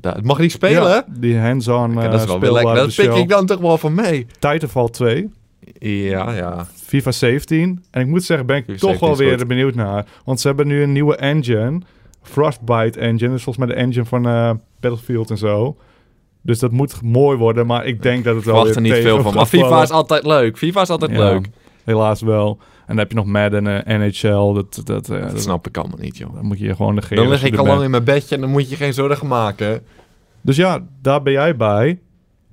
S3: Da- Het mag niet spelen?
S2: Ja, die hands-on
S3: Kijk,
S2: eh
S3: dat is wel weer lekker.
S2: speelbare
S3: Dat pik
S2: show.
S3: ik dan toch wel van mee.
S2: Titanfall 2.
S3: Ja, ja.
S2: FIFA 17. En ik moet zeggen, ben ik
S3: FIFA
S2: toch
S3: 17
S2: wel
S3: is
S2: weer
S3: goed.
S2: benieuwd naar. Want ze hebben nu een nieuwe engine. Frostbite engine. Dat is volgens mij de engine van eh, Battlefield en zo. Dus dat moet mooi worden. Maar ik denk dat het
S3: Ik
S2: wel
S3: wacht
S2: weer
S3: er niet
S2: tegen
S3: veel van.
S2: gaat
S3: Maar FIFA
S2: vallen.
S3: is altijd leuk. FIFA is altijd
S2: Ja,
S3: leuk.
S2: Helaas wel. En dan heb je nog Madden eh, en NHL. Dat, dat, eh,
S3: Dat
S2: dat-
S3: snap ik allemaal niet, joh.
S2: dat moet je gewoon negeren.
S3: Dan
S2: als
S3: lig
S2: je
S3: ik
S2: er
S3: al
S2: bent.
S3: lang in mijn bedje en dan moet je geen zorgen maken.
S2: Dus ja, daar ben jij bij.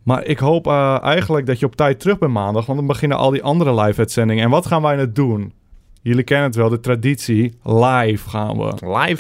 S2: Maar ik hoop eh, eigenlijk dat je op tijd terug bent maandag. Want dan beginnen al die andere live-uitzendingen. En wat gaan wij nou doen? Jullie kennen het wel, de traditie. Live gaan we.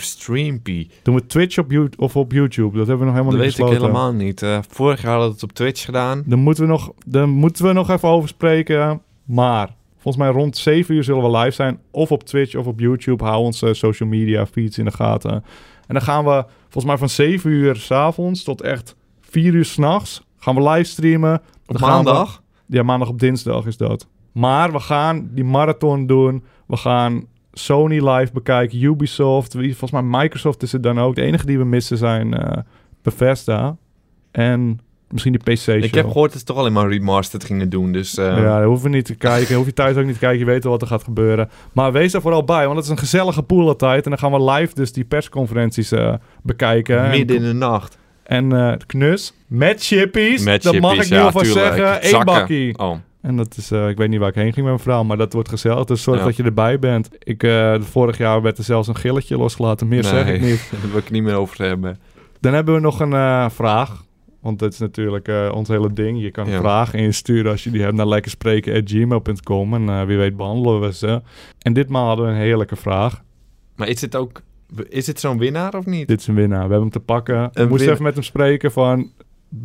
S3: Livestreampie.
S2: Doen we Twitch op You- of op YouTube? Dat hebben we nog helemaal
S3: Dat weet
S2: niet besloten.
S3: ik helemaal niet. Eh, vorig jaar hadden we het op Twitch gedaan.
S2: Daar moeten, we nog, daar moeten we nog even over spreken. Maar volgens mij rond 7 uur zullen we live zijn. Of op Twitch of op YouTube. Hou onze social media feeds in de gaten. En dan gaan we volgens mij van 7 uur s'avonds tot echt 4 uur s'nachts... gaan we livestreamen. Dan
S3: Op
S2: gaan we-
S3: maandag.
S2: ja, maandag op dinsdag is dat. Maar we gaan die marathon doen. We gaan Sony live bekijken, Ubisoft. Wie- Volgens mij Microsoft is het dan ook. De enige die we missen zijn eh Bethesda. En misschien die PC show.
S3: Ik heb gehoord dat ze toch alleen maar remastered gingen doen. Dus eh,
S2: Ja, daar hoeven we niet te kijken. Hoef je thuis ook niet te kijken. Je weet al wat er gaat gebeuren. Maar wees er vooral bij, want het is een gezellige poelertijd. En dan gaan we live dus die persconferenties eh, bekijken.
S3: midden
S2: En-
S3: in de nacht.
S2: En eh, knus. Met chippies.
S3: Met
S2: dat mag
S3: chippies,
S2: ik nu
S3: ja,
S2: alvast
S3: tuurlijk.
S2: zeggen. Eén
S3: Zakken.
S2: bakkie.
S3: Oh,
S2: En dat is, eh, ik weet niet waar ik heen ging met mijn vrouw, maar dat wordt gezellig. Dus zorg
S3: Ja.
S2: dat je erbij bent. Ik, eh, vorig jaar werd er zelfs een gilletje losgelaten. Meer zeg ik
S3: Nee.
S2: niet.
S3: [LAUGHS] daar wil ik het niet meer over hebben.
S2: Dan hebben we nog een eh, vraag. Want dat is natuurlijk eh, ons hele ding. Je kan
S3: Ja.
S2: vragen insturen als je die hebt naar lekkerspreken.gmail.com. En eh, wie weet behandelen we ze. En ditmaal hadden we een heerlijke vraag.
S3: Maar is dit ook... Is dit zo'n winnaar of niet?
S2: Dit is een winnaar. We hebben hem te pakken. We
S3: Een
S2: moesten
S3: win-
S2: even met hem spreken van...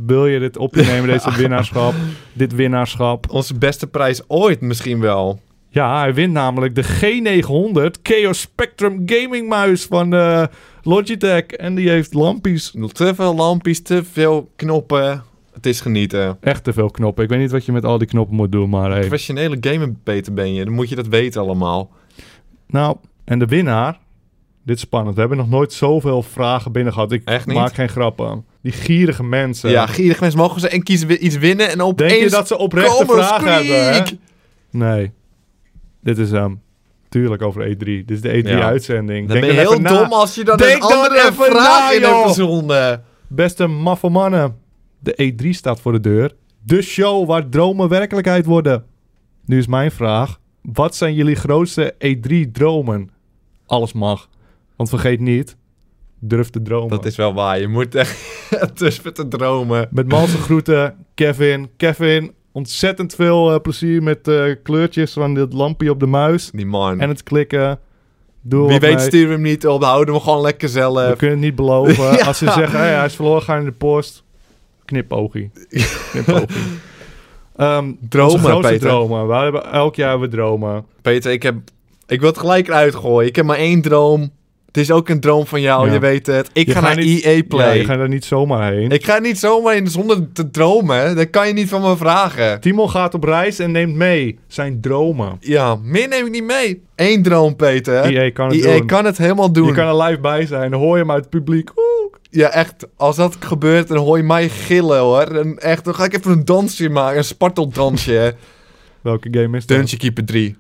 S2: Wil je dit op je nemen,
S3: [LAUGHS]
S2: deze winnaarschap? Dit winnaarschap?
S3: Onze beste prijs ooit misschien wel.
S2: Ja, hij wint namelijk de G900 Chaos Spectrum Gaming muis van eh, Logitech. En die heeft lampjes.
S3: Te veel lampjes, te veel knoppen. Het is genieten.
S2: Echt te veel knoppen. Ik weet niet wat je met al die knoppen moet doen, maar hey.
S3: Professionele gamer beter ben je. Dan moet je dat weten allemaal.
S2: Nou, en de winnaar. Dit is spannend. We hebben nog nooit zoveel vragen binnen gehad. Ik
S3: Echt niet?
S2: maak geen grappen. Die gierige mensen.
S3: Ja, gierig mensen mogen ze en kiezen wi- iets winnen en opeens...
S2: Denk je dat ze oprechte
S3: Komen
S2: vragen hebben? hè?
S3: squeak!
S2: Nee. Dit is hem. Tuurlijk over E3. Dit is de E
S3: Ja.
S2: E3-uitzending.
S3: Dan ben je heel dom als je dan
S2: Denk
S3: een
S2: dan
S3: andere
S2: even
S3: vraag
S2: na,
S3: in
S2: joh.
S3: hebt verzonnen.
S2: Beste maffelmannen, de E3 staat voor de deur. De show waar dromen werkelijkheid worden. Nu is mijn vraag: wat zijn jullie grootste E3-dromen? Alles mag. Want vergeet niet, durf te dromen.
S3: Dat is wel waar. Je moet echt [LAUGHS] tussen te dromen.
S2: Met malse groeten, Kevin. Kevin, ontzettend veel eh, plezier met de kleurtjes van dit lampje op de muis.
S3: Die man.
S2: En het klikken. Doe
S3: Wie
S2: wat
S3: weet
S2: mee.
S3: sturen we hem niet op. Houden we hem gewoon lekker
S2: We
S3: zelf.
S2: kunnen het niet
S3: [LAUGHS]
S2: beloven.
S3: Ja.
S2: Als ze zeggen, hey, hij is verloren, ga in de post.
S3: [LAUGHS]
S2: Knipoogie. Knipoogie. Ehm,
S3: Dromen,
S2: onze grootste
S3: Peter.
S2: dromen. We hebben, elk jaar hebben we dromen.
S3: Peter, ik, heb, ik wil het gelijk eruit gooien. Ik heb maar één droom. Het is ook een droom van jou,
S2: Ja.
S3: je weet het. Ik
S2: Je
S3: ga
S2: gaat
S3: naar
S2: niet-
S3: EA
S2: Ja,
S3: Play.
S2: je gaat er niet zomaar heen.
S3: Ik ga niet zomaar in zonder te dromen. Dat kan je niet van me vragen.
S2: Timon gaat op reis en neemt mee zijn dromen.
S3: Ja, meer neem ik niet mee. Eén droom, Peter.
S2: EA E kan het
S3: EA
S2: doen.
S3: kan het helemaal doen.
S2: Je kan er live bij zijn. Dan hoor je hem uit het publiek. Oeh.
S3: Ja, echt. Als dat gebeurt, dan hoor je mij gillen, hoor. En echt, dan ga ik even een dansje maken. Een sparteldansje.
S2: Welke game is dat?
S3: Dungeon Keeper 3.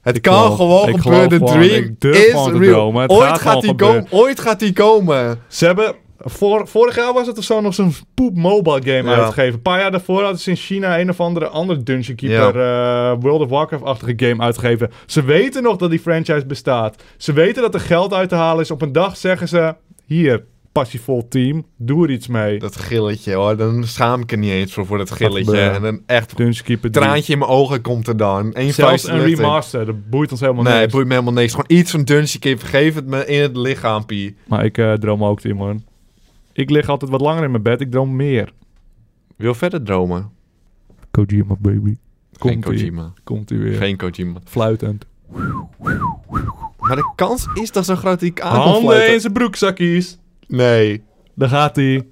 S3: Het
S2: Ik
S3: kan
S2: geloof-
S3: gewoon
S2: ik
S3: gebeuren. De
S2: geloof gewoon,
S3: dream
S2: ik durf
S3: is
S2: gewoon te
S3: real.
S2: dromen. Het
S3: Ooit
S2: gaat
S3: gaat,
S2: gewoon
S3: die komen. Ooit gaat die komen.
S2: Ze hebben... Vor, vorig jaar was het of zo nog zo'n poep mobile game
S3: Ja.
S2: uitgegeven. Een paar jaar daarvoor hadden ze in China een of andere ander Dungeon Keeper eh, World of Warcraft-achtige game uitgegeven. Ze weten nog dat die franchise bestaat. Ze weten dat er geld uit te halen is. Op een dag zeggen ze, hier, passievol team, doe er iets mee.
S3: Dat gilletje hoor, dan schaam ik er niet eens voor, voor dat gilletje.
S2: gebeurt.
S3: En dan echt,
S2: Dungeon Keeper 3.
S3: traantje in mijn ogen komt er dan. Eén vuist
S2: Zelfs
S3: de
S2: een
S3: lucht in.
S2: remaster, dat boeit ons helemaal
S3: Nee,
S2: niks.
S3: het boeit me helemaal niks. Gewoon iets van Dungeon Keeper, geef het me in het lichaampie.
S2: Maar ik eh, droom ook, Timon. Ik lig altijd wat langer in mijn bed, ik droom meer.
S3: Wil verder dromen.
S2: Kojima, baby.
S3: Geen
S2: Komt-ie,
S3: Kojima.
S2: komt-ie weer.
S3: Geen Kojima.
S2: Fluitend.
S3: Maar de kans is dat zo'n groot die ik aan kan
S2: Handen in
S3: fluiten.
S2: zijn broekzakjes.
S3: Nee.
S2: Daar gaat [LAUGHS] hij.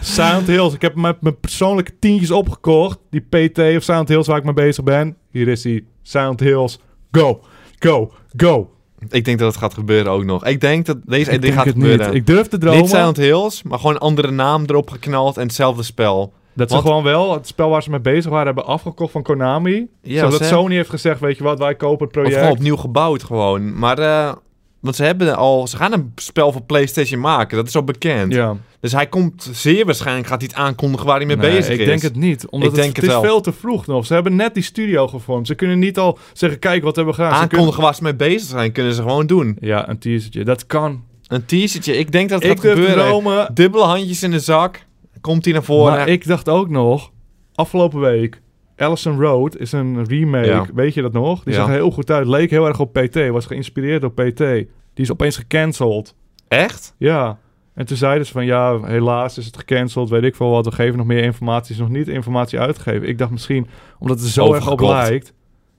S2: Sound Hills. Ik heb hem met mijn persoonlijke tientjes opgekocht. Die PT of Sound Hills waar ik mee bezig ben. Hier is hij. Sound Hills. Go. Go. Go.
S3: Ik denk dat het gaat gebeuren ook nog. Ik denk dat deze
S2: ik
S3: E3
S2: denk
S3: gaat
S2: het
S3: gebeuren.
S2: niet. Ik durf te dromen.
S3: Niet Silent Hills, maar gewoon een andere naam erop geknald en hetzelfde spel.
S2: Dat ze
S3: Want-
S2: gewoon wel het spel waar ze mee bezig waren hebben afgekocht van Konami.
S3: Ja,
S2: zodat
S3: ze-
S2: Sony heeft gezegd, weet je wat, wij kopen het
S3: Of gewoon
S2: project.
S3: opnieuw gebouwd gewoon. Maar, eh, want ze hebben al... Ze gaan een spel voor PlayStation maken, dat is al bekend.
S2: Ja.
S3: Dus hij komt zeer waarschijnlijk, gaat hij het aankondigen waar hij mee
S2: Nee,
S3: bezig
S2: ik
S3: is.
S2: denk het niet. Omdat
S3: Ik
S2: het,
S3: denk
S2: het
S3: het
S2: is
S3: wel.
S2: veel te vroeg nog. Ze hebben net die studio gevormd. Ze kunnen niet al zeggen, kijk wat hebben we gedaan. Ze kunnen-
S3: Aankondigen waar ze mee bezig zijn, kunnen ze gewoon doen.
S2: Ja, een teasertje. Dat kan.
S3: Een teasertje, ik denk dat het
S2: Ik
S3: gaat
S2: durf te
S3: gebeuren.
S2: dromen.
S3: Dubbele handjes in de zak, komt hij naar voren.
S2: Maar ik dacht ook nog, afgelopen week, Allison Road is een remake,
S3: Ja.
S2: weet je dat nog? Die
S3: Ja.
S2: zag er heel goed uit, leek heel erg op PT, was geïnspireerd door PT. Die is opeens gecanceld.
S3: Echt?
S2: Ja. En toen zeiden ze van, ja, helaas is het gecanceld, weet ik veel wat, we geven nog meer informatie, is nog niet informatie uitgegeven. Ik dacht misschien, omdat het er zo erg op
S3: Overgekocht.
S2: lijkt,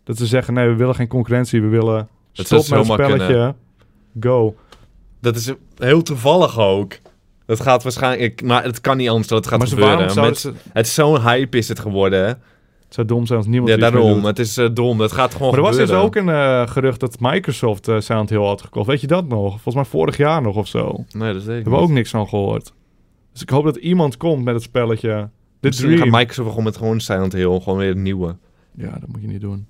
S2: dat ze zeggen, nee, we willen geen concurrentie, we willen
S3: Dat
S2: stop met
S3: zou
S2: het
S3: zomaar
S2: spelletje, go.
S3: Dat is heel toevallig ook. Dat gaat waarschijnlijk... Maar het kan niet anders dat het gaat
S2: maar ze,
S3: gebeuren.
S2: waarom zouden
S3: Met-
S2: ze...
S3: Het is zo'n hype is het geworden. hè?
S2: Het zou dom zijn als niemand
S3: Ja,
S2: er iets mee doet.
S3: daarom. Het is eh, dom. Dat gaat gewoon
S2: Maar er was dus
S3: gebeuren.
S2: ook een eh, gerucht dat Microsoft eh Sound Hill had gekocht. Weet je dat nog? Volgens mij vorig jaar nog of zo. Daar
S3: Nee, dat weet ik
S2: hebben we
S3: niet.
S2: ook niks van gehoord. Dus ik hoop dat iemand komt met het spelletje. The
S3: Misschien gaat
S2: Dream.
S3: Microsoft gewoon met gewoon Silent Hill. Gewoon weer een nieuwe.
S2: Ja, dat moet je niet doen.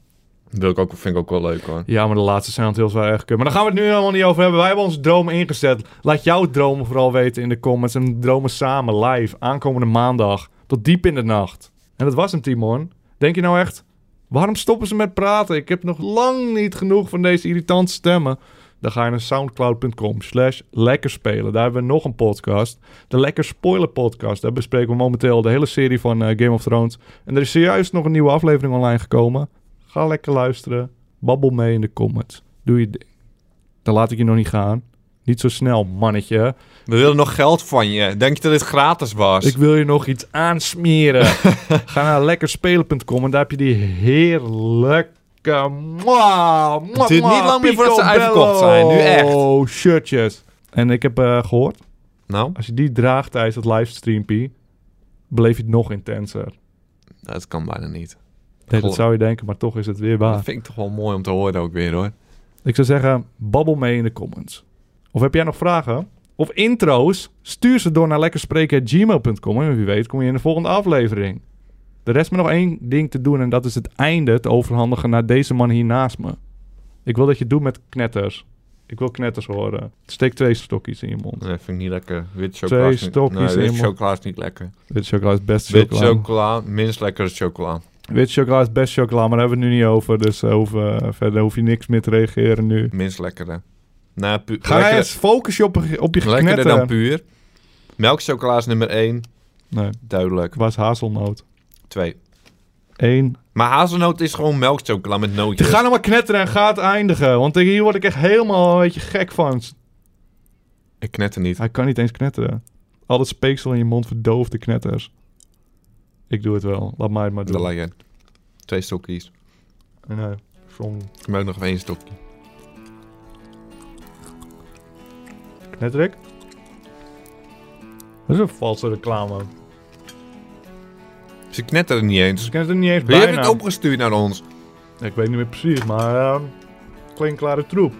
S3: Dat wil ik ook, vind ik ook wel leuk hoor.
S2: Ja, maar de laatste Sound Hills waren echt kut. Maar daar gaan we het nu helemaal niet over hebben. Wij hebben onze dromen ingezet. Laat jouw dromen vooral weten in de comments. En dromen samen, live, aankomende maandag. Tot diep in de nacht. En dat was hem, Timon. Denk je nou echt, waarom stoppen ze met praten? Ik heb nog lang niet genoeg van deze irritante stemmen. Dan ga je naar soundcloud.com slash lekker spelen. Daar hebben we nog een podcast. De Lekker Spoiler Podcast. Daar bespreken we momenteel de hele serie van eh, Game of Thrones. En er is zojuist nog een nieuwe aflevering online gekomen. Ga lekker luisteren. Babbel mee in de comments. Doe je ding. Dan laat ik je nog niet gaan. Niet zo snel, mannetje.
S3: We willen nog geld van je. Denk je dat dit gratis was?
S2: Ik wil je nog iets
S3: [LAUGHS]
S2: aansmeren. Ga naar lekkerspelen.com en daar heb je die heerlijke... Mwah,
S3: Het duurt niet lang meer voordat ze uitverkocht zijn, nu echt.
S2: Oh, shirtjes. En ik heb eh, gehoord,
S3: Nou,
S2: als je die draagt tijdens het livestreampie, beleef je het nog intenser.
S3: dat kan bijna niet.
S2: Nee,
S3: Goh.
S2: dat zou je denken, maar toch is het weer waar.
S3: Dat vind ik toch wel mooi om te horen ook weer hoor.
S2: Ik zou zeggen, babbel mee in de comments. Of heb jij nog vragen? Of intro's? Stuur ze door naar lekkerspreken.gmail.com. En wie weet kom je in de volgende aflevering. Er rest me nog één ding te doen en dat is het einde te overhandigen naar deze man hier naast me. Ik wil dat je het doet met knetters. Ik wil knetters horen. Steek twee stokjes in je mond.
S3: Nee, vind ik niet lekker. Wit
S2: Twee
S3: chocola. is niet-
S2: stokjes
S3: Nee, wit
S2: helemaal.
S3: chocola is niet lekker.
S2: Wit chocola is best
S3: Wit
S2: chocola.
S3: chocola, minst lekkere chocola.
S2: Wit chocola is best chocola, maar daar hebben we het nu niet over. Dus eh, hoef, eh, verder hoef je niks meer te reageren nu.
S3: Minst lekkere. Nou, pu-
S2: Ga jij
S3: lekkerder-
S2: eens focussen op, op je
S3: lekkerder
S2: geknetter.
S3: dan puur. Melkchocola is nummer 1.
S2: Nee,
S3: Duidelijk.
S2: ik was hazelnoot.
S3: 2.
S2: Eén
S3: Maar hazelnoot is gewoon melkchocola met
S2: Je
S3: nootjes.
S2: gaat nou maar knetteren en ga het eindigen. Want hier word ik echt helemaal een beetje gek van.
S3: Ik knetter niet.
S2: Hij kan niet eens knetteren. Al dat speeksel in je mond verdooft de knetters. Ik doe het wel. Laat mij het maar
S3: Dat
S2: doen.
S3: lijkt het. Twee stokjes.
S2: Nee, som.
S3: Ik heb ook nog één stokje.
S2: Knetter ik? Dat is een valse reclame.
S3: Ze knetteren niet eens.
S2: Ze kennen Dus het er niet eens
S3: Wie heeft
S2: bijna.
S3: het opgestuurd naar ons?
S2: Ik weet niet meer precies, maar... ehm klinkklare troep.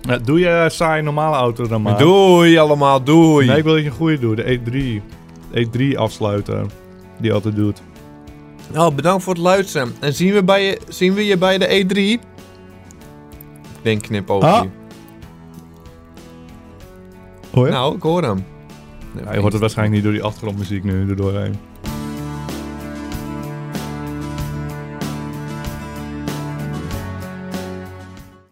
S2: Ja, doe je saaie normale auto dan maar.
S3: Doei allemaal, doei.
S2: E Nee, ik wil dat je een goede doet. De E3. E3 afsluiten. Die je altijd doet.
S3: Nou, bedankt voor het luisteren. En zien we, bij je, zien we je bij de E3? Ik denk knipoogje.
S2: Ah. Hoor je?
S3: Nou, ik hoor hem. Nee, Oh Nou,
S2: Ja, je hoort het waarschijnlijk niet door die achtergrondmuziek nu erdoorheen.